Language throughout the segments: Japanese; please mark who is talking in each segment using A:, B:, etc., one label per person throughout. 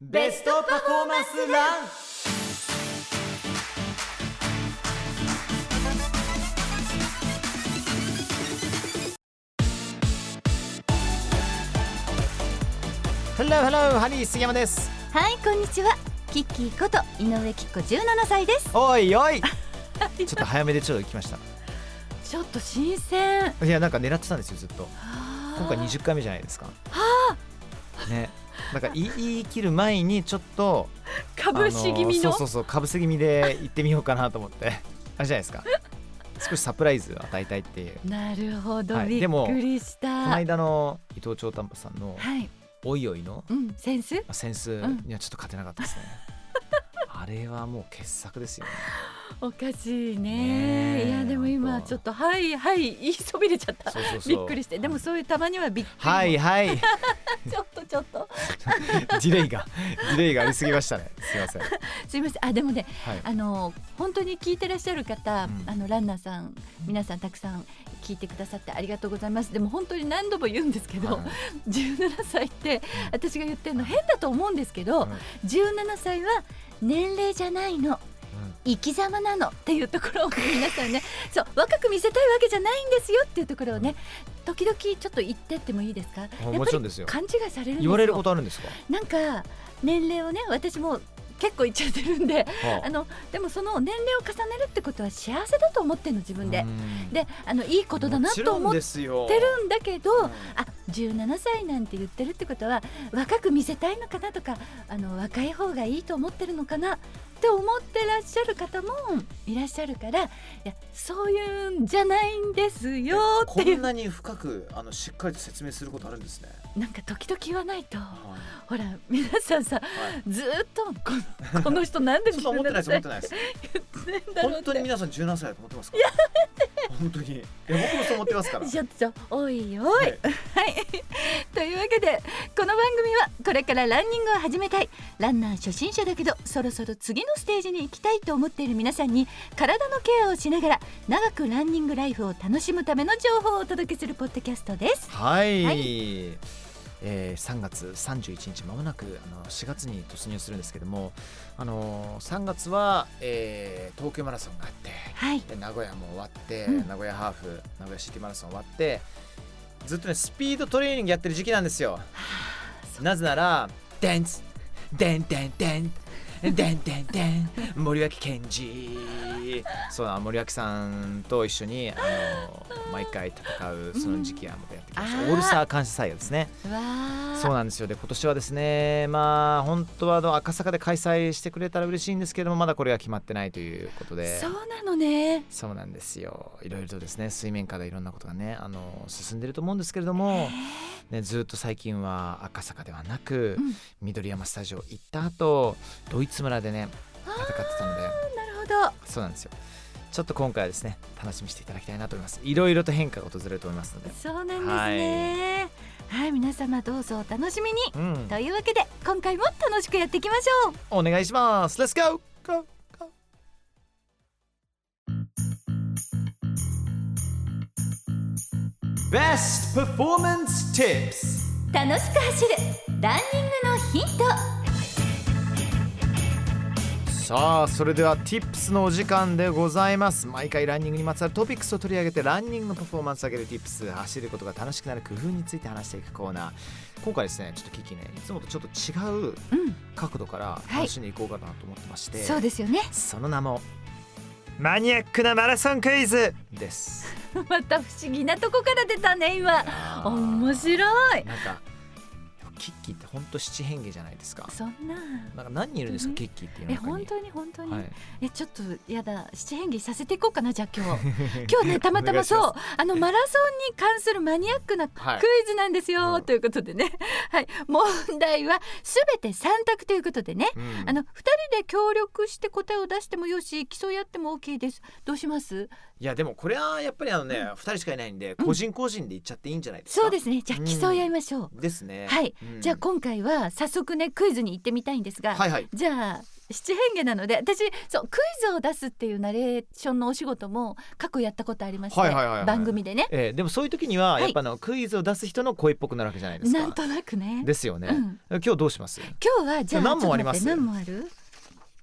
A: ベストパフォーマンスランハローハローハリー杉山です
B: はいこんにちはキッキーこと井上キッコ17歳です
A: おいおいちょっと早めでちょっと来ました
B: ちょっと新鮮
A: いやなんか狙ってたんですよずっと今回20回目じゃないですかねなんか言い言い切る前にちょっと
B: かぶし気味
A: あ
B: の
A: そうそうそうかぶせ気味で行ってみようかなと思ってあれじゃないですか少しサプライズを与えたいっていうこ
B: なるほど、
A: はい
B: び
A: で
B: っ
A: も
B: くりした
A: の間の伊藤長丹波さんの
B: はい
A: 「おいおい」の
B: うんセンス
A: センス
B: ん
A: にはちょっと勝てなかったですねあれはもう傑作ですよね
B: おかしい
A: ね
B: ね
A: え
B: いやでも今
A: 本当
B: ちょっとはいはい言いそびれちゃった
A: そうそうそう
B: びっくりしてでもそういうたまにはびっくりも
A: はいはい デ
B: ちょっとちょっと
A: ィレイがディレイがありすぎましたねすいませんはい
B: すいませんあでもねあの本当に聞いてらっしゃる方、
A: うん
B: あのランナーさん皆さんたくさん聞いてくださってありがとうございますでも本当に何度も言うんですけど、
A: はい
B: 17歳って私が言ってるの変だと思うんですけど、
A: うん
B: 17歳は年齢じゃないの生き様なのっていうところを皆さ んねそう若く見せたいわけじゃないんですよっていうところをね時々ちょっと言ってってもいいですかやっ
A: うん
B: ぱ
A: もちろん
B: り
A: ですよ
B: 勘違いされるんですよ
A: 言われることあるんですか
B: なんか年齢をね私も結構言っちゃってるんで
A: は
B: あのでもその年齢を重ねるってことは幸せだと思ってるの自分で、
A: うん
B: であのいいことだなと
A: も
B: 思
A: ちろん
B: っ
A: ですよ
B: てるんだけど、
A: うん
B: あ17歳なんて言ってるってことは若く見せたいのかなとかあの若い方がいいと思ってるのかなって思ってらっしゃる方もいらっしゃるからいやそういうんじゃないんですよって
C: こ
B: い
C: ん
B: う
C: なに深くあのしっかりと説明することあるんですね。
B: なんか時々言わないと
C: は
B: ほら皆さんさ
C: い。
B: ずーっとこのこの人なんで
C: そんな思ってないです思ってないです。
B: 言ってんだろう
C: 本
B: っ
C: 当に
B: て
C: 皆さん17歳だと思ってますか。本当に。いや僕もそう思ってますから。
B: ちょっとおいおい、はい、というわけでこの番組はこれからランニングを始めたいランナー初心者だけどそろそろ次のステージに行きたいと思っている皆さんに体のケアをしながら長くランニングライフを楽しむための情報をお届けするポッドキャストです。
A: はい、
B: は
A: えー3月31日まもなくあの4月に突入するんですけども、あのー3月は、えー東京マラソンがあって
B: はい、
A: で名古屋も終わって、
B: うん
A: 名古屋ハーフ名古屋シティマラソン終わってずっとねスピードトレーニングやってる時期なんです よなぜなら「デンツデンデンデンデンデンデン森脇健児」そうな森脇さんと一緒にあの毎回戦うその時期はもうやってきました、
B: うんあー
A: オールスター感謝祭をですね
B: わあ
A: そうなんですよで今年はですねまあ本当はあの赤坂で開催してくれたら嬉しいんですけどもまだこれが決まってないということで
B: そうなのね。
A: そうなんですよいろいろとですね水面下でいろんなことがねあの進んでると思うんですけれども、ね、ずっと最近は赤坂ではなく、
B: うん
A: 緑山スタジオ行った後ドイツ村でね
B: あ
A: 戦ってたので
B: ーなるほど。
A: そうなんですよちょっと今回はですね楽しみにしていただきたいなと思いますいろいろと変化が訪れると思いますので
B: そうなんですね。はい、皆様どうぞお楽しみに。
A: うん
B: というわけで今回も楽しくやっていきましょう
A: お願いします Let's go! go! go!
C: ベストパフォーマンスティップス。
B: 楽しく走るランニングのヒント
A: さあそれでは Tips のお時間でございます毎回ランニングにまつわるトピックスを取り上げてランニングのパフォーマンスを上げる Tips 走ることが楽しくなる工夫について話していくコーナー今回ですねちょっとキキねいつもとちょっと違う
B: うん
A: 角度から楽しんでいこうかなと思ってまして、
B: そうですよね
A: その名もマニアックなマラソンクイズです
B: また不思議なとこから出たね今面白い
A: なんかキッキーってほんと七変化じゃないですか
B: そんな
A: なんか何人いるんですか、
B: うん
A: キッキーっていうの
B: え
A: 中
B: 本
A: に
B: 当に本当に、
A: はい
B: えちょっとやだ七変化させていこうかなじゃあ 今日今日ねたまたまそ
A: お
B: うあのマラソンに関するマニアックなク
A: はい
B: イズなんですよ、
A: うん
B: ということでね はい問題はすべて三択ということでね
A: 願いします、うん
B: あの2人で協力して答えを出してもよし競い合っても OK ですどうします
C: いやでもこれはやっぱりあのね二人しかいないんで個人個人で行っちゃっていいんじゃないですか。
B: そうですねじゃあ競い合いましょう、
C: ですね。
B: はい、
C: うん
B: じゃあ今回は早速ねクイズに行ってみたいんですが、
C: はいはい。
B: じゃあ七変化なので私そうクイズを出すっていうナレーションのお仕事も過去やったことありまして、
A: はいはいはいはい
B: 番組でね
A: えーでもそういう時には、
B: はい
A: やっぱあのクイズを出す人の声っぽくなるわけじゃないですか
B: なんとなくね
A: ですよね、
B: うん
A: 今日どうします
B: 今日はじゃあ
A: 何問あります
B: ちょっと待って何問ある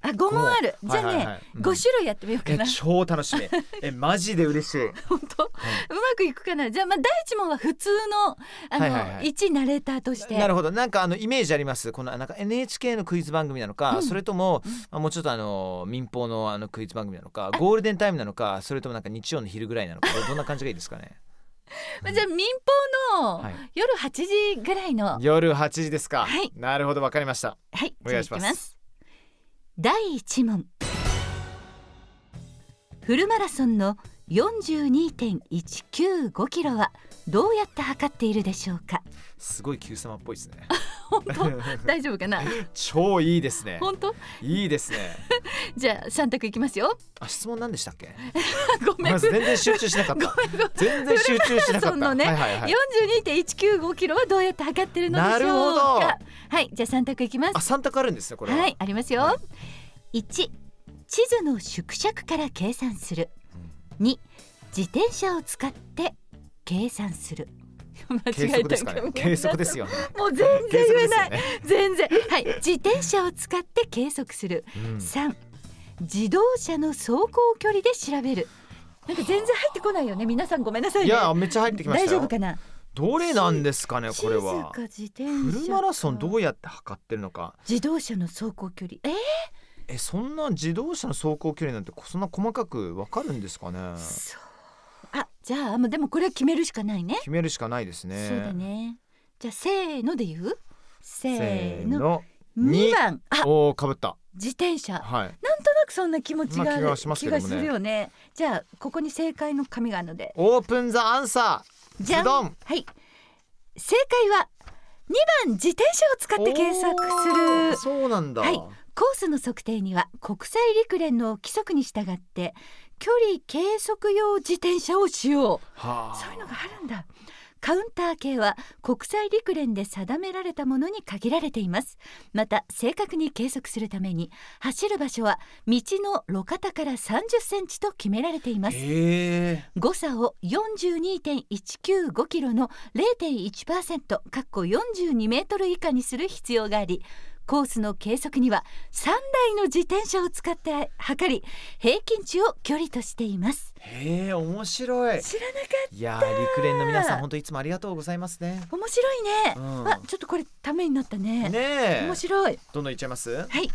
B: あ五問ある
A: 五問
B: じゃあ
A: は
B: ね、
A: いはいはいうん
B: 5種類やってみようか
A: え
B: な
A: 超楽 しみえマジで嬉しい
B: 本当、うまくいくかなじゃあまあ第一問は普通のあの、
A: はいはいはい
B: 一ナレーターとして
A: なるほどなんかあのイメージありますこのなんか NHK のクイズ番組なのか、それとも、まあ、もうちょっとあの民放のあのクイズ番組なのかゴールデンタイムなのかそれともなんか日曜の昼ぐらいなのかどんな感じがいいですかね
B: まあじゃあ民放の
A: はい
B: 夜8時ぐらいの、はい、
A: 夜8時ですか、
B: はい
A: なるほどわかりましたお願いします
B: じゃあき第一問フルマラソンの42.195キロはどうやって測っているでしょう か
A: すごい急様っぽいですね
B: 本当大丈夫かな
A: 超いいですね
B: 本当
A: いいですね
B: じゃあ三択いきますよ
A: あ質問何でしたっけ
B: ご めん
A: まず全然集中しなかった全然集中しなかっ
B: フルマラソンの
A: た、
B: ね
A: はいはいはい
B: 42.195キロはどうやって測ってるのでしょう
A: な
B: か
A: るほど
B: はいじゃあ三択いきます
A: あ三択あるんですねこれは、
B: はいありますよ、
A: は
B: 1地図の縮尺から計算する2自転車を使って計算する 間
A: 計
B: 違え
A: 測で
B: た
A: すか
B: ご
A: ね
B: めんなさ
A: 計
B: い
A: 測ですよね
B: もう全然言えない、
A: 計測
B: 全然はい自転車を使って計測する、
A: うん
B: 3自動車の走行距離で調べるなんか全然入ってこないよね皆さんごめんなさいね
A: いやめっちゃ入ってきました
B: 大
A: よ
B: 丈夫かな
A: どれなんですかね
B: 地
A: これ
B: 図
A: は
B: か自転
A: フ
B: 車
A: ルマラソンど
B: か
A: うやって測ってるのか
B: 自動車の走行距離えー
A: えそんな自動車の走行距離なんてそんな細かくわかるんですかね
B: そうあじゃあもうでもこれは決めるしかないね
A: 決めるしかないですね
B: そうだねじゃあせーので言うせ
A: せ
B: ー
A: ー
B: の
A: の
B: 二番あ
A: おおかぶった
B: 自転車なんと
A: はい
B: なくそんな気持ちがある
A: まあ気がしますけどもね
B: 気がするよねじゃあここに正解の紙があるので
A: オープンザアンサー
B: じゃ
A: ズ
B: ん
A: ドン
B: はい正解は2番自転車を使って検索する
A: おーそうなんだ、
B: はいコースの測定には国際陸連の規則に従って距離計測用自転車を使用
A: はあ
B: そういうのがあるんだ。カウンター系は国際陸連で定められたものに限られています。また正確に計測するために走る場所は道の路肩から30センチと決められています。
A: へえ
B: 誤差を42.195キロの0.1%かっこ42メートル以下にする必要があり、コースの計測には3台の自転車を使って測り平均値を距離としています。
A: へえ面白い
B: 知らなかった。
A: いやー陸連の皆さん本当いつもありがとうございますね
B: 面白いね、
A: うん
B: あちょっとこれためになったね
A: ねえ
B: 面白い
A: どんどんいっちゃいますはい
B: はい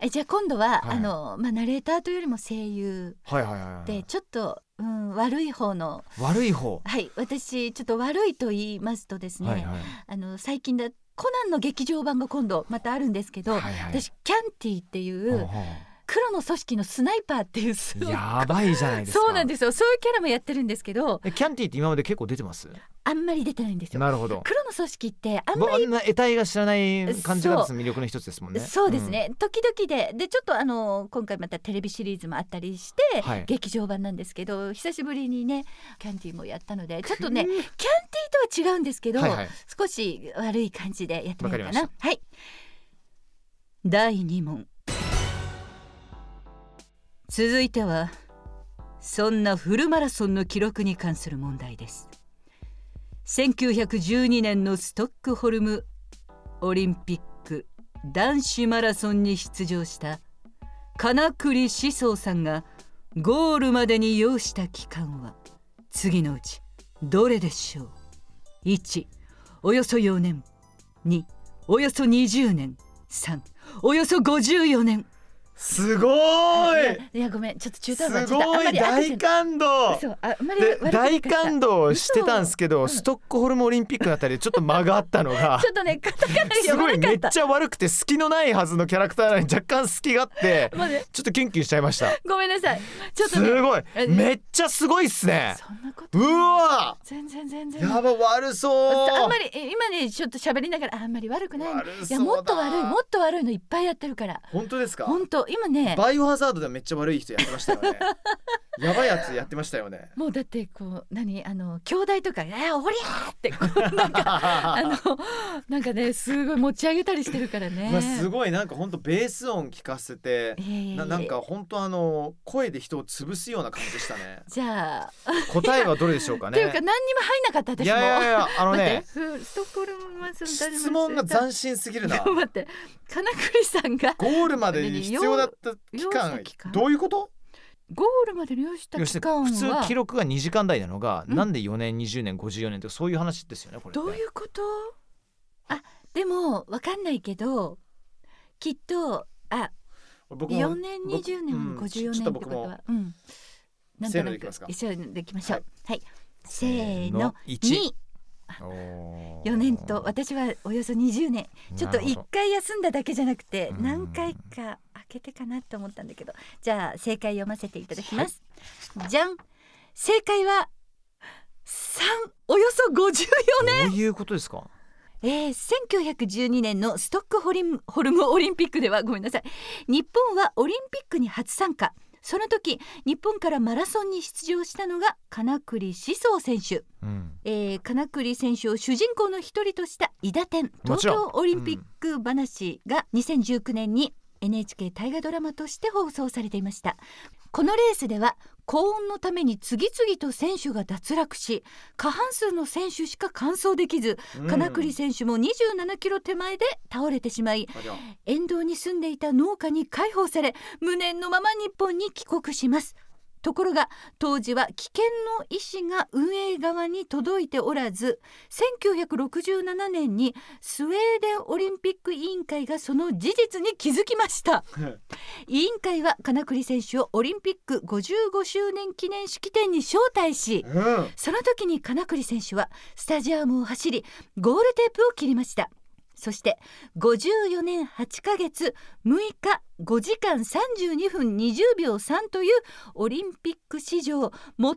B: えじゃあ今度は、
A: はい
B: あのまあナレーターというよりも声優
A: はいはいは
B: で
A: い
B: ちょっと、うん、悪い方の
A: 悪い方
B: はい私ちょっと悪いと言いますとですね、
A: はいはい
B: あの最近だコナンの劇場版が今度またあるんですけど、
A: はいはい
B: 私キャンティっていう
A: ほうほ
B: 黒の組織のスナイパーっていうすご
A: う
B: い
A: やばいじゃないですか
B: そうなん
A: す
B: ですよそういうキャラもやってるんですけど
A: キャンティって今まで結構出てます
B: あんまり出てないんですよ
A: なるほど
B: 黒の組織ってあんまり
A: あんな得体が知らない感じが
B: そ
A: 魅力の一つですもんね
B: そうですね、時々ででちょっとあの今回またテレビシリーズもあったりして、
A: はい
B: 劇場版なんですけど久しぶりにねキャンティーもやったのでちょっとね
A: く
B: キャンティーとは違うんですけど、
A: はいはい
B: 少し悪い感じでやってみようか
A: わか
B: な
A: りま
B: はい第2問続いてはそんなフルマラソンの記録に関する問題です1912年のストックホルムオリンピック男子マラソンに出場した金栗志壮さんがゴールまでに要した期間は次のうちどれでしょう1およそ4年2およそ20年3およそ54年
A: すご
B: い
A: い
B: やいやごめんちょっと中途半端
A: す
B: ちょっとあ
A: ご
B: んま
A: い
B: り合って
A: 大感動
B: そうああんまり
A: で
B: 悪くなかっ
A: 大
B: た
A: 感動してたんですけど、
B: 嘘うん
A: ストックホルムオリンピックのあたりでちょっと間があったのが
B: ちょっとねカタカナが
A: す
B: 読
A: ご
B: め
A: い
B: なか
A: め
B: っ
A: ったちゃ悪くて隙のないはずのキャラクターなのに若干隙があって
B: まあね
A: ちょっとキュンキュンしちゃいました
B: ごめんなさいちょっと
A: す
B: ね
A: ごい
B: え
A: めっちゃすごいっすね
B: そんなこと
A: う
B: ない
A: わ
B: 全然全然
A: やば悪そう
B: あんまりえ今ねちょっと喋りながらあんまり悪くないね
A: 悪そうだ
B: いやもっと悪いもっと悪いのいっぱいやってるから
A: 本当ですか
B: 本当そう今ね
A: バイオハザードでもめっちゃ悪い人やってましたよ ねやばいやつやってましたよね
B: もうだってこう何あの兄弟とか「えー、おりゃ!」ってこうなんかあのなんかねすごい持ち上げたりしてるからね。
A: まあ、すごいなんかほんとベース音聞かせて
B: いやいやいや
A: ななんかほんとあの声で人を潰すような感じでしたね
B: じゃあ、
A: 答えはどれでしょうか
B: っ
A: ね
B: ていうか何にも入んなかった私も。
A: いやいやいやあの
B: 待っ
A: ね
B: てふストックホルムマラソン誰も
A: 質問が斬新すぎるな
B: 待って金栗さんが
A: ゴールまでに必要だった期
B: 要
A: 間
B: 要期間
A: どういうこと
B: ゴールまでに要した
A: 要す
B: 期
A: るに
B: 間
A: 普通
B: は
A: 記録が2時間台なのが、
B: うん
A: なんで4年20年54年とかそういう話ですよねこれね
B: どういうことあでもわかんないけどきっとあ
A: 僕も
B: 4年
A: 僕
B: 20年
A: うん
B: 54
A: ち
B: 年
A: ょっ
B: っ
A: と
B: てこ
A: 僕
B: と
A: も
B: は、うん、なん
A: せー
B: と
A: の
B: な
A: でいき
B: く
A: ますか
B: 一緒にできましょうはい、せー
A: せー
B: の
A: の
B: 2
A: 1
B: 4年と私はおよそ20年ちょっと1回休んだだけじゃなくて
A: うん
B: 何回か開けてかなと思ったんだけどじゃあ正解読ませていただきます、じゃん正解は3およそ54
A: ねどういうことですか
B: えー、1912年のストックホリムホルムオリンピックではごめんなさい日本はオリンピックに初参加その時日本からマラソンに出場したのが金栗志宗選手、
A: うん
B: えー、金栗選手を主人公の一人とした伊田天
A: も
B: 東
A: ちろん
B: 京オリンピック話が2019年に NHK 大河ドラマとして放送されていましたこのレースでは高温のために次々と選手が脱落し過半数の選手しか完走できず金栗選手も27キロ手前で倒れてしまい
A: あじゃあ
B: 沿道に住んでいた農家に解放され無念のまま日本に帰国しますところが当時は危険の意思が運営側に届いておらず1967年にスウェーデンオリンピック委員会がその事実に気づきました委員会は金栗選手をオリンピック55周年記念式典に招待し
A: うん
B: その時に金栗選手はスタジアムを走りゴールテープを切りましたそして54年8ヶ月6日5時間32分20秒3というオリンピック史上最も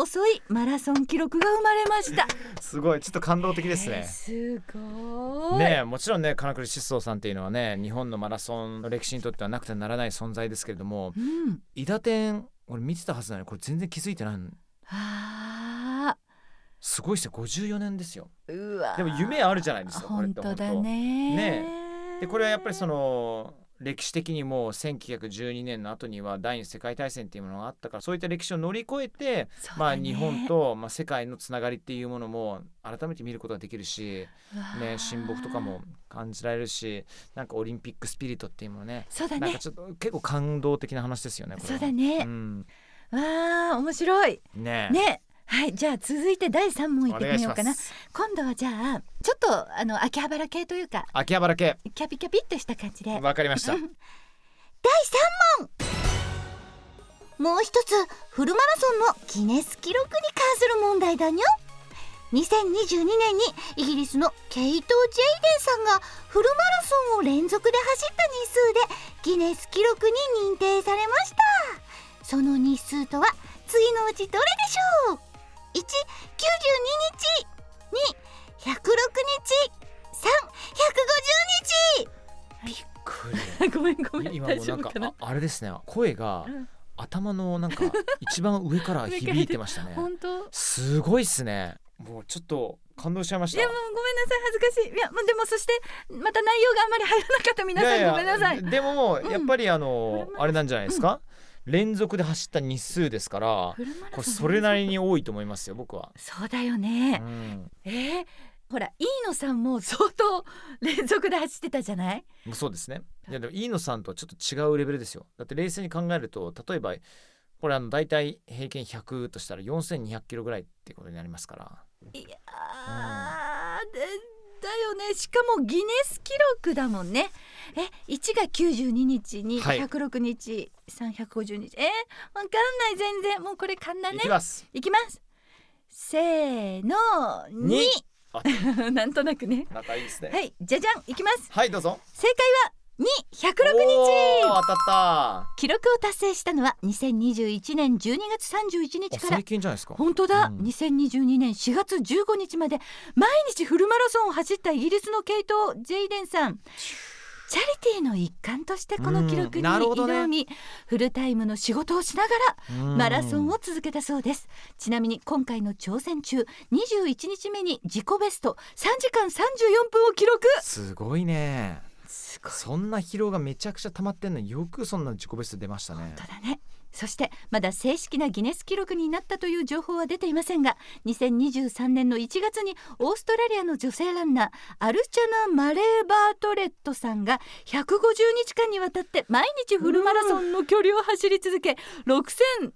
B: 遅いマラソン記録が生まれました
A: すごいちょっと感動的です
B: えー
A: ね
B: すごい、
A: ねえもちろんね金栗疾走さんっていうのはね日本のマラソンの歴史にとってはなくてはならない存在ですけれども
B: うん、
A: 伊田天俺見てたはずなのにこれ全然気づいてないの
B: あ
A: すごいですよ54年ですよ
B: ーうわー
A: でも夢あるじゃないですかこれっ
B: 本
A: て
B: 当だね
A: ねでこれはやっぱりその歴史的にもう1912年の後には第二次世界大戦っていうものがあったからそういった歴史を乗り越えて、
B: そうだね
A: まあ日本と、まあ、世界のつながりっていうものも改めて見ることができるし、
B: うわー
A: ね、親睦とかも感じられるしなんかオリンピックスピリットっていうものね
B: そうだ
A: なん
B: ね
A: かちょっと結構感動的な話ですよねこれ
B: そ
A: は
B: うだね、
A: うん、
B: わあ面白い
A: ね
B: ねはいじゃあ続いて第3問いっ
A: お
B: て
A: 願
B: み
A: いし
B: よう
A: ま
B: かな
A: す
B: 今度はじゃあちょっとあの秋葉原系というか
A: 秋葉原系
B: キャピキャピっとした感じで
A: わかりました
D: もう一つフルマラソンのギネス記録に関する問題だにょ2022年にイギリスのケイト・ジェイデンさんがフルマラソンを連続で走った日数でギネス記録に認定されましたその日数とは次のうちどれでしょう ?192 日2 106日350日
A: びっくり
B: ごめんごめん
A: 今も
B: 大
A: うな
B: 丈
A: ん
B: 夫
A: か
B: かな
A: ああれですね声が
B: うん
A: 頭のなんか一番上 から響いてましたね
B: 本当い
A: すごいっすねもうちょっと感動しちゃいました
B: やもうごめんなさい恥ずかしいいやもうでもそしてまた内容があんまり入らなかった皆さん
A: いやいや
B: ごめんなさい
A: でも
B: うん
A: やっぱりあの、あれなんじゃないですか、連続で走った日数ですから
B: フルマラソン
A: これそれなりに多いと思いますよ僕は、
B: そうだよ
A: う
B: ね、
A: ん、
B: えー、ほら飯野さんも相当連続で走ってたじゃない
A: もうそうですねいやでも飯野さんとはちょっと違うレベルですよだって冷静に考えると例えばこれあの大体平均100としたら4200キロぐらいってことになりますから
B: いやーでだよねしかもギネス記録だもんねえ1が92日に
A: はい
B: 106日、3150日えー、わかんない全然もうこれ簡単
A: い
B: ね
A: きます
B: いきますせーの
A: にあ
B: 2 なんとなくね
A: 仲いいですね
B: はいじゃじゃんいきます
A: はいどうぞ
B: 正解は2 106日
A: おー当たった
B: 記録を達成したのは2021年12月31日から
A: 最近じゃないですか
B: 本当だ、
A: うん
B: 2022年4月15日まで毎日フルマラソンを走ったイギリスのケイト・ジェイデンさんチャリティーの一環としてこの記録
A: うん
B: に
A: なるほどね
B: 挑み、フルタイムの仕事をしながらマラソンを続けたそうですちなみに今回の挑戦中21日目に自己ベスト3時間34分を記録
A: すごいね
B: すごい
A: そんな疲労がめちゃくちゃ溜まってんのによくそんな自己ベスト出ましたね
B: ことだねそしてまだ正式なギネス記録になったという情報は出ていませんが2023年の1月にオーストラリアの女性ランナーアルチャナ・マレーバートレットさんが150日間にわたって毎日フルマラソンの距離を走り続け6300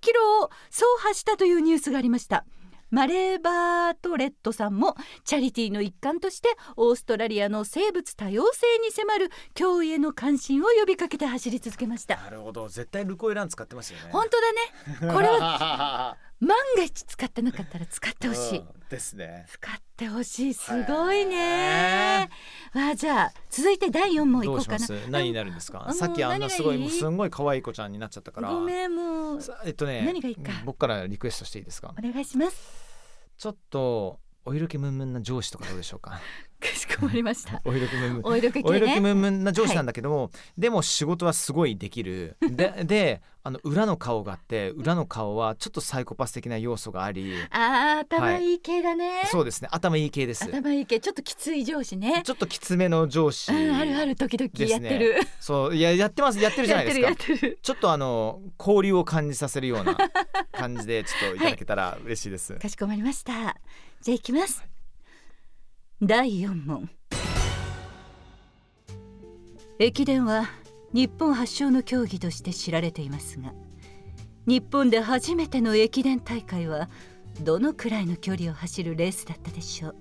B: キロを走破したというニュースがありました。マレーバートレットさんもチャリティーの一環としてオーストラリアの生物多様性に迫る脅威への関心を呼びかけて走り続けました
A: なるほど絶対ルコイラン使ってますよね
B: 本当 だねこれは
A: は
B: 万が一使ってなかったら使ってほしい
A: ですね
B: 使ってほしいすごいねわあじゃあ続いて第4問い
A: ど
B: こ
A: う
B: う
A: し
B: か
A: ま
B: な
A: す何になるんです
B: あ
A: か
B: の
A: さっきあんなすごい
B: 何がいい
A: もうすんごい可愛い子ちゃんになっちゃったから
B: ごめんもうお
A: さえっとね
B: 何がいいか
A: 僕からリクエストしていいですか
B: 願いします
A: ちょっとお色気ムンムンな上司とかどうでしょうか
B: かしこまりました
A: お色気ムンムン
B: お色気
A: お
B: 系
A: 色気
B: ね
A: ムンムンな上司なんだけども、でも仕事はすごいできる でであの裏の顔があって裏の顔はちょっとサイコパス的な要素があり
B: あー頭いい系だね、
A: そうですね頭いい系です
B: 頭いい系ちょっときつい上司ね
A: ちょっときつめの上司、
B: うんあるある時々
A: ですね
B: やってる、
A: そういややってますやってるじゃ
B: や
A: な
B: っ
A: いで
B: て
A: すか
B: るやってる
A: ちょっとあの交流を感じさせるよう な感じでちょっといただけたら嬉しいです、
B: かしこまりましたじゃあ行きます第4問駅伝は日本発祥の競技として知られていますが日本で初めての駅伝大会はどのくらいの距離を走るレースだったでしょう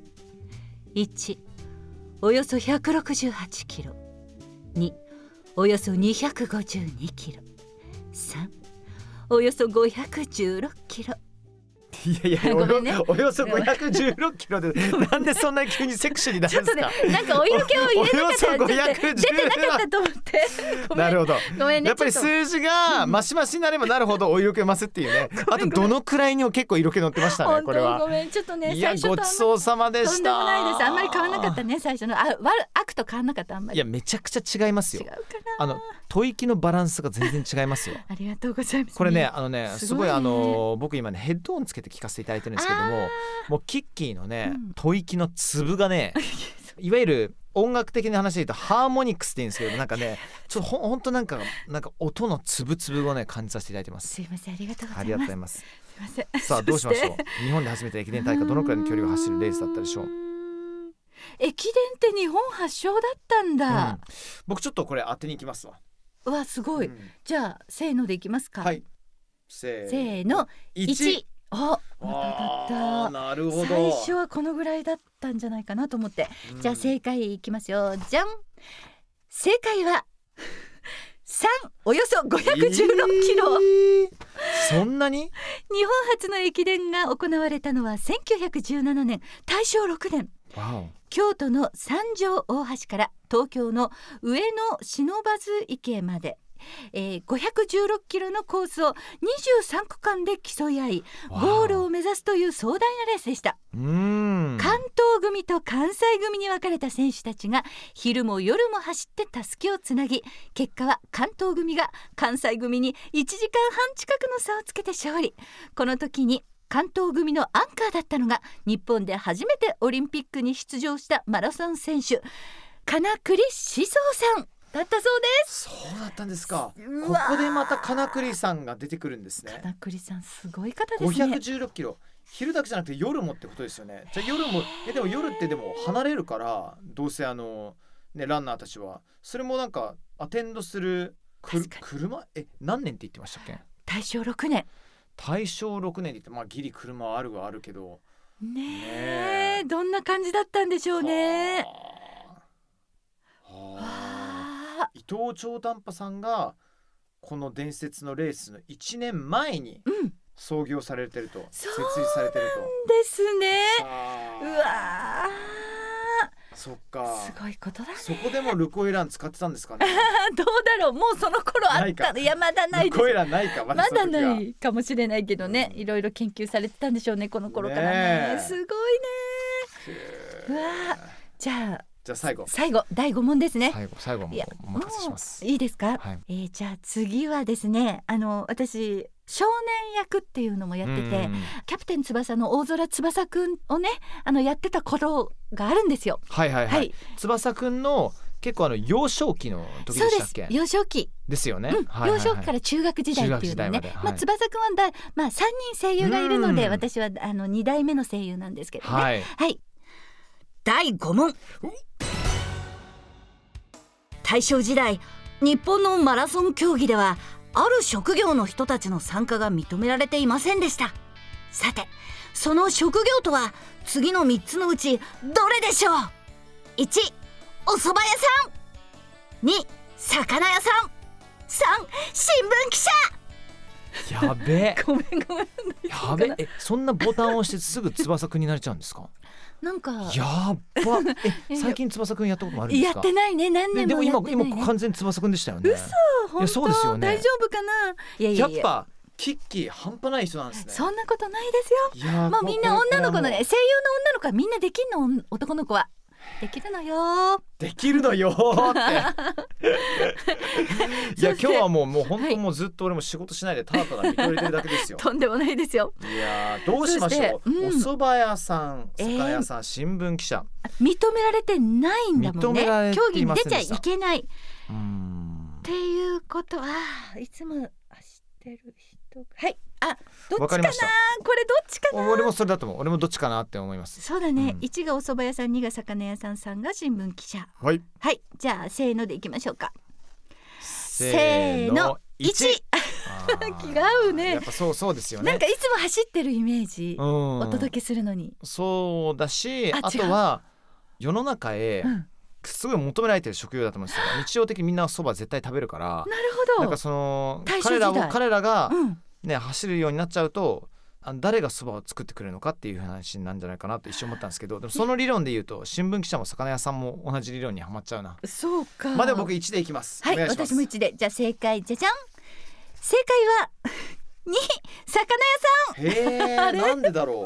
B: 1およそ168キロ2およそ252キロ3およそ516キロ
A: いやいやお
B: ごめ
A: よ,、
B: んね
A: およそ516キロでなんでそんな急にセクシーにな
B: ち
A: る
B: ょ
A: ん
B: っ
A: で
B: と
A: すか、、
B: ねなんかお色気を入れなかった
A: およそ
B: だって
A: 510
B: 出てなかったと思って。ごめ
A: なんるほど
B: ごめんね。
A: やっぱり
B: ちょと
A: 数字がマシマシになればなるほどお色気増すって いうねあとどのくらいにも結構色気乗ってましたね
B: 本
A: これ
B: 当ご
A: は
B: めん。ちょっとね、
A: いや
B: 最初とあ
A: ご
B: んま
A: ちそうさまでした
B: とんでもないです。あんまり変わんなかったね、最初の。あ、悪悪と変わんなかったあんま
A: い
B: り。
A: やめちゃくちゃ違います
B: 違う
A: よ
B: かな。
A: あの吐息のバランスが全然違いますよ
B: ありがとうございます。
A: これね、あのね、
B: す
A: す
B: ご
A: ご
B: い
A: い
B: ね
A: あの僕今ねヘッドホンつけて聞かせていただいてるんですけども、もうキッキーのね
B: うん
A: 吐息の粒が ね、いわゆる音楽的な話で言うとハーモニクスって言うんですけど、なんかね、ちょっとほんほんとなんかなんか音の粒々をね感じさせていただいてます。
B: すいません、ありがとうござ
A: あ
B: い
A: りがとう
B: ま
A: ござ
B: す。す
A: います。
B: いません。
A: さあどうしましょ。
B: そう
A: 日本で初めて駅伝大会どのくらいの距離を走るレースだったでしょう。うん
B: 駅伝って日本発祥だった んだ。
A: 僕ちょっとこれ当てに行きますわ。
B: うわ、すごい。
A: うん
B: じゃあ、せーのでいきますか。
A: はい。せ
B: せーの、
A: 一
B: 一。お、当
A: あ
B: た
A: あ
B: った。
A: なるほど。
B: 最初はこのぐらいだったんじゃないかなと思って、じゃあ正解いきますよじゃん正解は3およそ516キロ、
A: えーそんなに？
B: 日本初の駅伝が行われたのは1917年大正6年
A: わお。
B: 京都の三条大橋から東京の上野忍ばず池まで、えー、516キロのコースを23区間で競い合い
A: わあ
B: ゴールを目指すという壮大なレースでした
A: うーん。
B: 関東組と関西組に分かれた選手たちが昼も夜も走ってたすきをつなぎ結果は関東組が関西組に1時間半近くの差をつけて勝利この時に関東組のアンカーだったのが日本で初めてオリンピックに出場したマラソン選手金栗志壮さんだったそうです
A: そうだったんですか。
B: う
A: こ
B: わー
A: こでまた金栗さんが出てくるんですね。
B: 金栗さんすごい方で
A: 五
B: すね
A: 百十六キロ。昼だけじゃなくて夜もってことですよね。じゃあ夜もえでも夜ってでも離れるからどうせあのねランナーたちはそれもなんかアテンドするくる
B: 確か
A: 車え何年って言ってましたっけ？
B: 大正6年
A: 大正六年って言ってまあギリ車はあるはあるけど。
B: ねえ
A: ねえ
B: どんな感じだったんでしょうね
A: はあ。はあ
B: わあ
A: 伊藤長短波さんがこの伝説のレースの1年前に
B: うん
A: 創業されてると、設
B: そう
A: 立されてる
B: ですね
A: とさ
B: う
A: あ
B: わ
A: そっ
B: ー
A: か
B: すごいことだね
A: そこでもルコイラン使ってたんですかね
B: あどうだろうもうその頃あ
A: な
B: っ
A: い
B: た
A: か
B: のいやまだ ない
A: ル
B: で
A: コイ
B: す
A: ランないかま
B: ま
A: だその
B: だ
A: 時は
B: ないかもしれないけどね、
A: うん
B: いろいろ研究されてたんでしょうねこの頃からね
A: ねえ
B: すごいねうわーじゃあ
A: じゃあ最後
B: 最後第5問ですね
A: 最後最後も
B: いや
A: お任せします
B: もういいですか、
A: はい
B: えーじゃあ次はですねあの私少年役っていうのもやってて、
A: うん
B: キャプテン翼の大空翼くんをねあのやってた頃があるんですよ
A: はいはいはい、
B: はい
A: 翼くんの結構あの幼少期の時
B: そ
A: で
B: う
A: し
B: で
A: たっ
B: す
A: け
B: 幼少期、
A: ですよね、
B: うん
A: はいはいはい
B: 幼少期から中学時代っていうのはね
A: 中学時代まではい
B: まあ、翼くんはだ、まあ、3人声優がいるので
A: うん
B: 私はあの2代目の声優なんですけどね
A: はい
B: はい、
D: 第5問大正時代日本のマラソン競技ではある職業の人たちの参加が認められていませんでしたさてその職業とは次の3つのうちどれでしょう1お蕎麦屋さん2魚屋さん3新聞記者
A: やべえ
B: ごめん ごめん
A: やべええそんなボタンを押してすぐ翼くんになれちゃうんですか
B: なんか
A: やっば え最近翼くんやったこともあるんで
B: や
A: すか
B: ってないね何
A: ね
B: 年
A: で
B: も
A: も
B: や
A: 今
B: ってない、ね、
A: 今完全に翼くんでしたよねい
B: 本
A: や
B: 当
A: そうですよね
B: 大丈夫かないやい
A: や
B: や
A: っ
B: いや
A: ぱキッキー半端ない人なんですね
B: そんなことないですよ
A: いやー
B: もうみんな
A: これ
B: 女の子の
A: これはも
B: ね声優の女の子はみんなできんのおん男の子はできるのよー
A: うできるのよ ーっていや今日はもうもう本
B: はい
A: 当もうずっと俺も仕事しないでただただ見とれてるだけですよ
B: とんでもないですよ
A: いやーどうしましょう、
B: そしてう
A: お
B: ん
A: 蕎麦屋さん
B: えー
A: 魚屋さん、新聞記者
B: 認められてないんだもん
A: 認めら
B: ね
A: れ
B: 競
A: てい
B: 技に
A: ま
B: 出
A: せん
B: ち
A: で
B: ゃ
A: した
B: いけないっ
A: うーん
B: ていうことはいつも走ってる人がはいあど
A: わ
B: っち
A: か
B: か
A: り
B: な
A: ました
B: これどっちかな
A: 俺もそれだと思う俺もどっちかなって思います
B: そうだね、
A: うん
B: 一1がお蕎麦屋さん2が魚屋さん3が新聞記者
A: はい
B: はいじゃあせーのでいきましょうか
A: せー
B: せーの
A: の
B: 1
A: 1
B: 違うね
A: やっぱそうそうですよね
B: なんかいつも走ってるイメージ、
A: うん
B: お届けするのに、
A: そうだし
B: あ
A: あとは世の中へ
B: うん
A: すごい求められてる職業だと思うんですよ日常的にみんなそば絶対食べるから
B: な
A: な
B: る
A: ん
B: ほ
A: か
B: ど
A: その
B: 大
A: 彼
B: 正時
A: ら
B: 代
A: を彼らが
B: うん
A: ね走るようになっちゃうとあ誰がそばを作ってくれるのかっていう話になるんじゃないかなと一瞬思ったんですけどでもその理論で言うと新聞記者も魚屋さんも同じ理論にはまっちゃうな
B: そうか。
A: まあでも僕1でいきます
B: は
A: お
B: い、
A: 願いします
B: 私も一で、じゃあ正解じゃじゃん。正解は 二魚屋さん。
A: へえなんでだろう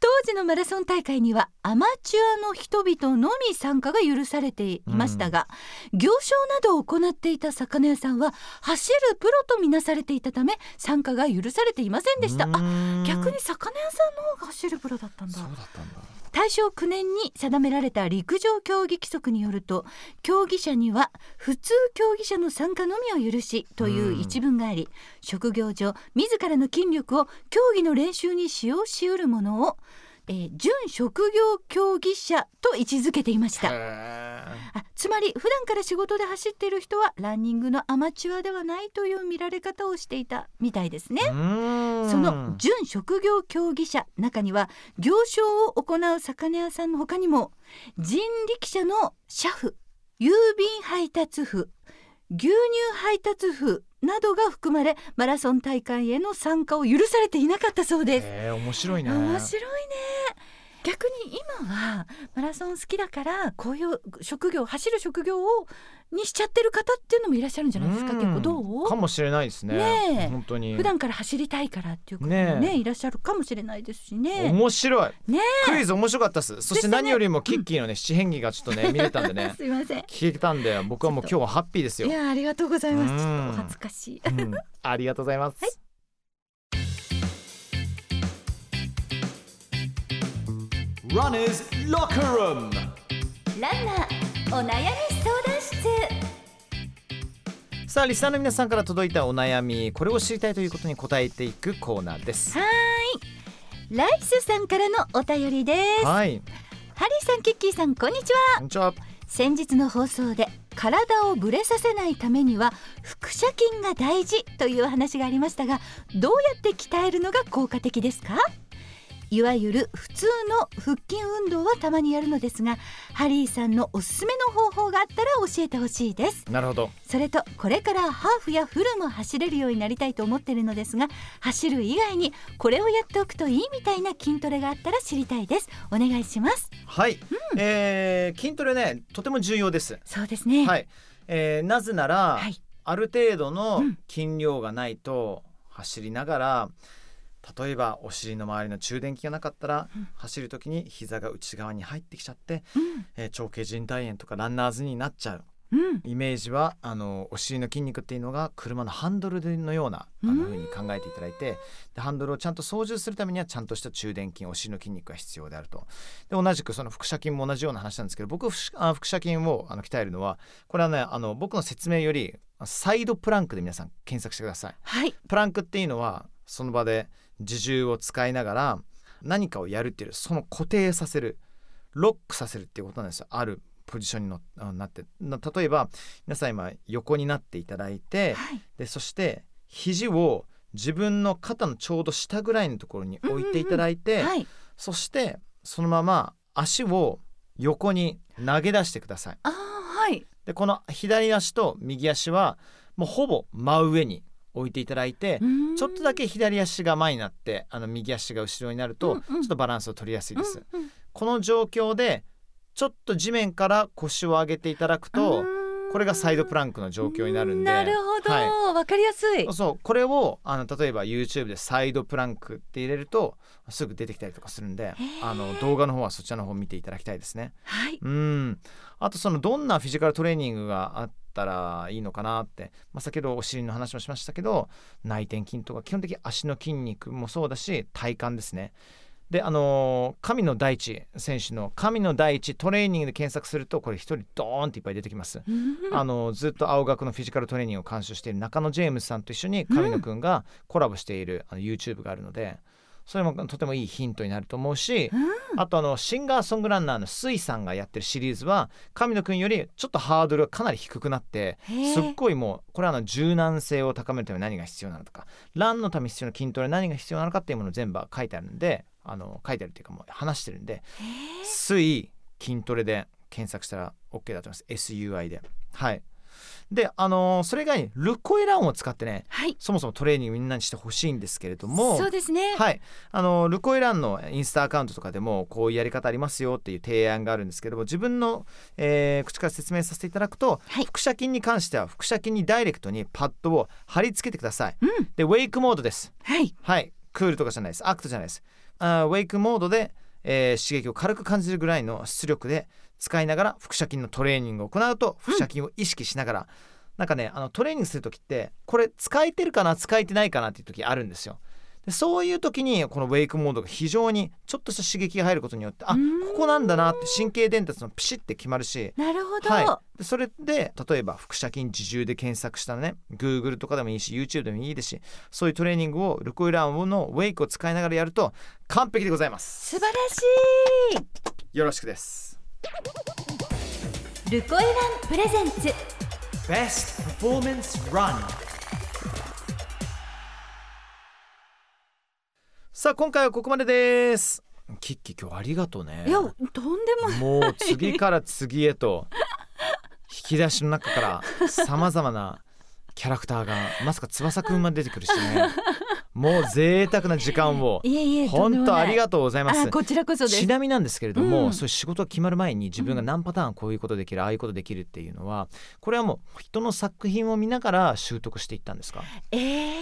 B: 当時のマラソン大会にはアマチュアの人々のみ参加が許されていましたが、行商などを行っていた魚屋さんは走るプロとみなされていたため参加が許されていませんでした。
A: う
B: あ、
A: ーん
B: 逆に魚屋さんの方が走るプロだったんだ
A: そう。だったんだ
B: 大正9年に定められた陸上競技規則によると競技者には普通競技者の参加のみを許しという一文があり、職業上自らの筋力を競技の練習に使用しうるものを、えー準職業競技者と位置づけていました。
A: へえ
B: あつまり普段から仕事で走っている人はランニングのアマチュアではないという見られ方をしていたみたいですね。
A: うーん
B: その準職業競技者中には行商を行う魚屋さんの他にも人力車の車夫郵便配達夫牛乳配達夫などが含まれマラソン大会への参加を許されていなかったそうです。
A: へえ面白いね
B: 面白いね逆に今はマラソン好きだからこういう職業走る職業をにしちゃってる方っていうのもいらっしゃるんじゃないですか
A: うん
B: 結構どう
A: かもしれないですね
B: ねえ
A: 本当に
B: 普段から走りたいからっていう方もね
A: ねえ
B: いらっしゃるかもしれないですしね。
A: 面白い
B: ね
A: クイズ面白かったですそし
B: です
A: て
B: ね
A: 何よりもキッキーのね七変化がちょっとね見れたんでね
B: すいません。
A: 聞けたんで僕はもう今日はハッピーです
B: い
A: よ、
B: やありがとうございます。ちょっとお
A: うん
B: 恥ずかしい。
A: うん、ありがとうございます、
B: はいランナーお悩み相談室。
A: さあリスナーの皆さんから届いたお悩みこれを知りたいということに答えていくコーナーです
B: はライスさんからのお便りです。
A: はい
B: ハリーさん、キッキーさん、こんにちは。
A: こんにちは
B: 先日の放送で体をぶれさせないためには腹斜筋が大事という話がありましたがどうやって鍛えるのが効果的ですかいわゆる普通の腹筋運動はたまにやるのですがハリーさんのおすすめの方法があったら教えてほしいです
A: なるほど
B: それとこれからハーフやフルも走れるようになりたいと思っているのですが走る以外にこれをやっておくといいみたいな筋トレがあったら知りたいですお願いします
A: はい、えー筋トレねとても重要です
B: そうですね
A: はい、えーなぜなら、
B: はい
A: ある程度の
B: うん
A: 筋量がないと走りながら例えばお尻の周りの中電器がなかったら、走る時に膝が内側に入ってきちゃって、
B: うん
A: えー長径靭帯炎とかランナーズになっちゃう
B: うん
A: イメージはあのお尻の筋肉っていうのが車のハンドルのようなあ
B: うん
A: の風に考えていただいてでハンドルをちゃんと操縦するためにはちゃんとした中殿筋お尻の筋肉が必要であるとで同じくその腹斜筋も同じような話なんですけど僕腹しあ腹斜筋をあの鍛えるのはこれはねあの僕の説明よりサイドプランクで皆さん検索してください
B: はい
A: プランクっていうのはその場で自重を使いながら何かをやるっていうその固定させるロックさせるっていうことなんですよあるポジションにのあなってな例えば皆さん今横になっていただいて
B: はい
A: でそして肘を自分の肩のちょうど下ぐらいのところに置いていただいて、
B: はい
A: そしてそのまま足を横に投げ出してください
B: あーはい
A: でこの左足と右足はもうほぼ真上に置いていただいて、
B: うん
A: ちょっとだけ左足が前になってあの右足が後ろになると、
B: うんうん
A: ちょっとバランスを取りやすいです、
B: うんうん
A: この状況でちょっと地面から腰を上げていただくと
B: うん
A: これがサイドプランクの状況になるんで
B: なるほど、
A: はい
B: わかりやすい
A: そうこれをあの例えば YouTube でサイドプランクって入れるとすぐ出てきたりとかするんで
B: ー
A: あの動画の方はそちらの方見ていただきたいですね
B: はい
A: うんあとそのどんなフィジカルトレーニングがあったらいいのかなって、まあ、先ほどお尻の話もしましたけど内転筋とか基本的に足の筋肉もそうだし体幹ですねであのー神の大地選手の神の大地トレーニングで検索するとこれ一人ドーンっていっぱい出てきます
B: うん
A: あのずっと青学のフィジカルトレーニングを監修している中野ジェームスさんと一緒に神野くんがコラボしているあの YouTube があるのでそれもとてもいいヒントになると思うし、あとあのシンガーソングランナーのスイさんがやってるシリーズは神野くんよりちょっとハードルがかなり低くなって
B: へー
A: すっごいもうこれはあの柔軟性を高めるために何が必要なのとかランのために必要な筋トレ何が必要なのかっていうものを全部書いてあるんであの書いてあるっていうかもう話してるんで水筋トレで検索したら OK だと思います SUI ではいであのーそれ以外にルコイランを使ってね
B: はい
A: そもそもトレーニングみんなにしてほしいんですけれども
B: そうですね
A: はい、あのルコイランのインスタアカウントとかでもこういうやり方ありますよっていう提案があるんですけども自分の、えー口から説明させていただくと、
B: はい
A: 腹斜筋に関しては腹斜筋にダイレクトにパッドを貼り付けてください、
B: うん
A: でウェイクモードです
B: はい
A: はいクールとかじゃないですアクトじゃないですあーウェイクモードで、えー刺激を軽く感じるぐらいの出力で使いながら腹斜筋のトレーニングを行うと腹斜筋を意識しながら、なんかねあのトレーニングする時ってこれ使えてるかな使えてないかなっていう時あるんですよでそういう時にこのウェイクモードが非常にちょっとした刺激が入ることによってあ
B: う
A: こ
B: ん
A: こなんだなって神経伝達のピシッて決まるし
B: なるほど、
A: はい、でそれで例えば腹斜筋自重で検索したね Google とかでもいいし YouTube でもいいですしそういうトレーニングをルコイランのウェイクを使いながらやると完璧でございます
B: 素晴らしい
A: よろしくです
B: ルコイランプレゼンツ
C: Best performance run.
A: さあ今回はここまでですキッキ今日ありがとうね
B: いやとんでもない
A: もう次から次へと引き出しの中からさまざまなキャラクターがまさか翼くんまで出てくるしねもう贅沢な時間を
B: いえいえとんで
A: 本
B: も
A: 当
B: ない
A: ありがとうございます
B: あこちらこそです
A: ちなみになんですけれども、
B: うん
A: そういう仕事が決まる前に自分が何パターンこういうことできる、ああいうことできるっていうのはこれはもう人の作品を見ながら習得していったんですか、
B: えー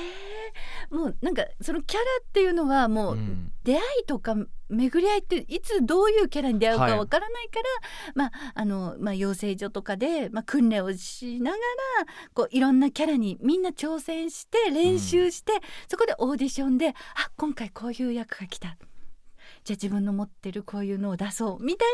B: もうなんかそのキャラっていうのはもう、
A: うん
B: 出会いとか巡り合いっていつどういうキャラに出会う
A: は
B: か
A: い
B: わからないから、まああのまあ、養成所とかで、まあ、訓練をしながらこういろんなキャラにみんな挑戦して練習して、そこでオーディションであ今回こういう役が来たじゃあ自分の持ってるこういうのを出そうみたい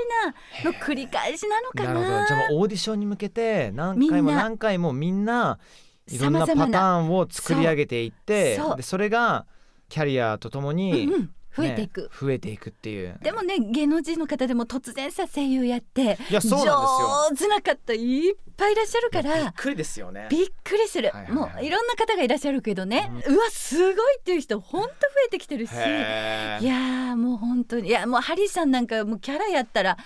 B: なの繰り返しなのか
A: な
B: な。
A: るほどじゃあもうオーディションに向けて何回も
B: みんな
A: 何回もみんないろんな
B: 様
A: パ
B: 々
A: タ
B: な
A: ーンを作り上げていって
B: そうそう
A: でそれがキャリアとともに、
B: うんうん増えていく、
A: ね増えていくっていう
B: でもね芸能人の方でも突然さ声優やって
A: いやそうなんですよ
B: 上手な方いっぱいいらっしゃるか
A: びっ
B: ら
A: くりですよね
B: びっくりする、
A: はいはいはい
B: もういろんな方がいらっしゃるけどね、うわすごいっていう人ほんと増えてきてるしいや
A: へー
B: ーもう本当にいやもうハリーさんなんかもうキャラやったら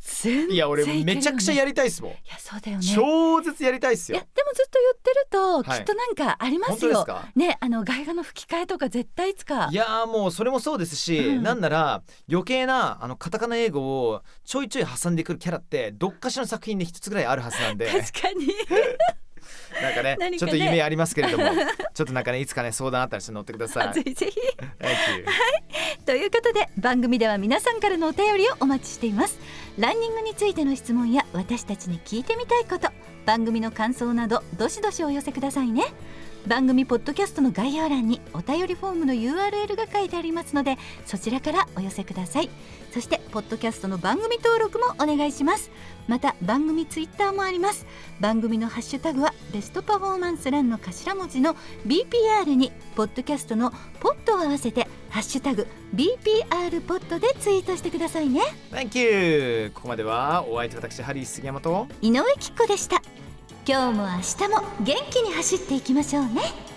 B: 全然
A: いや俺めちゃくちゃ
B: いけるよね
A: やりたいっすもん
B: いやそうだよね
A: 超絶やりたいっす
B: いや
A: よ
B: でもずっと言ってると、
A: はい
B: きっとなんかありま
A: 本
B: す
A: 当で
B: よ
A: すか
B: ねあの外画の吹き替えとか絶対いつか
A: いやーもうそれもそうですし、
B: うん
A: なんなら余計なあのカタカナ英語をちょいちょい挟んでくるキャラってどっかしらの作品で一つぐらいあるはずなんで
B: 確かに
A: なんかね
B: 何かね
A: ちょっと夢ありますけれどもちょっとなんかねいつかね相談あったらちょっと乗ってくだ さい
B: ぜひぜひ
A: Thank you
B: ということで番組では皆さんからのお便りをお待ちしていますランニングについての質問や私たちに聞いてみたいこと番組の感想などどしどしお寄せくださいね番組ポッドキャストの概要欄にお便りフォームの URL が書いてありますのでそちらからお寄せくださいそしてポッドキャストの番組登録もお願いしますまた番組ツイッターもあります番組のハッシュタグはベストパフォーマンスランの頭文字の BPR にポッドキャストのポットを合わせてハッシュタグ BPR ポットでツイートしてくださいね
A: Thank you ここまではお相手私ハリー杉山と
B: 井上きっ子でした今日も明日も元気に走っていきましょうね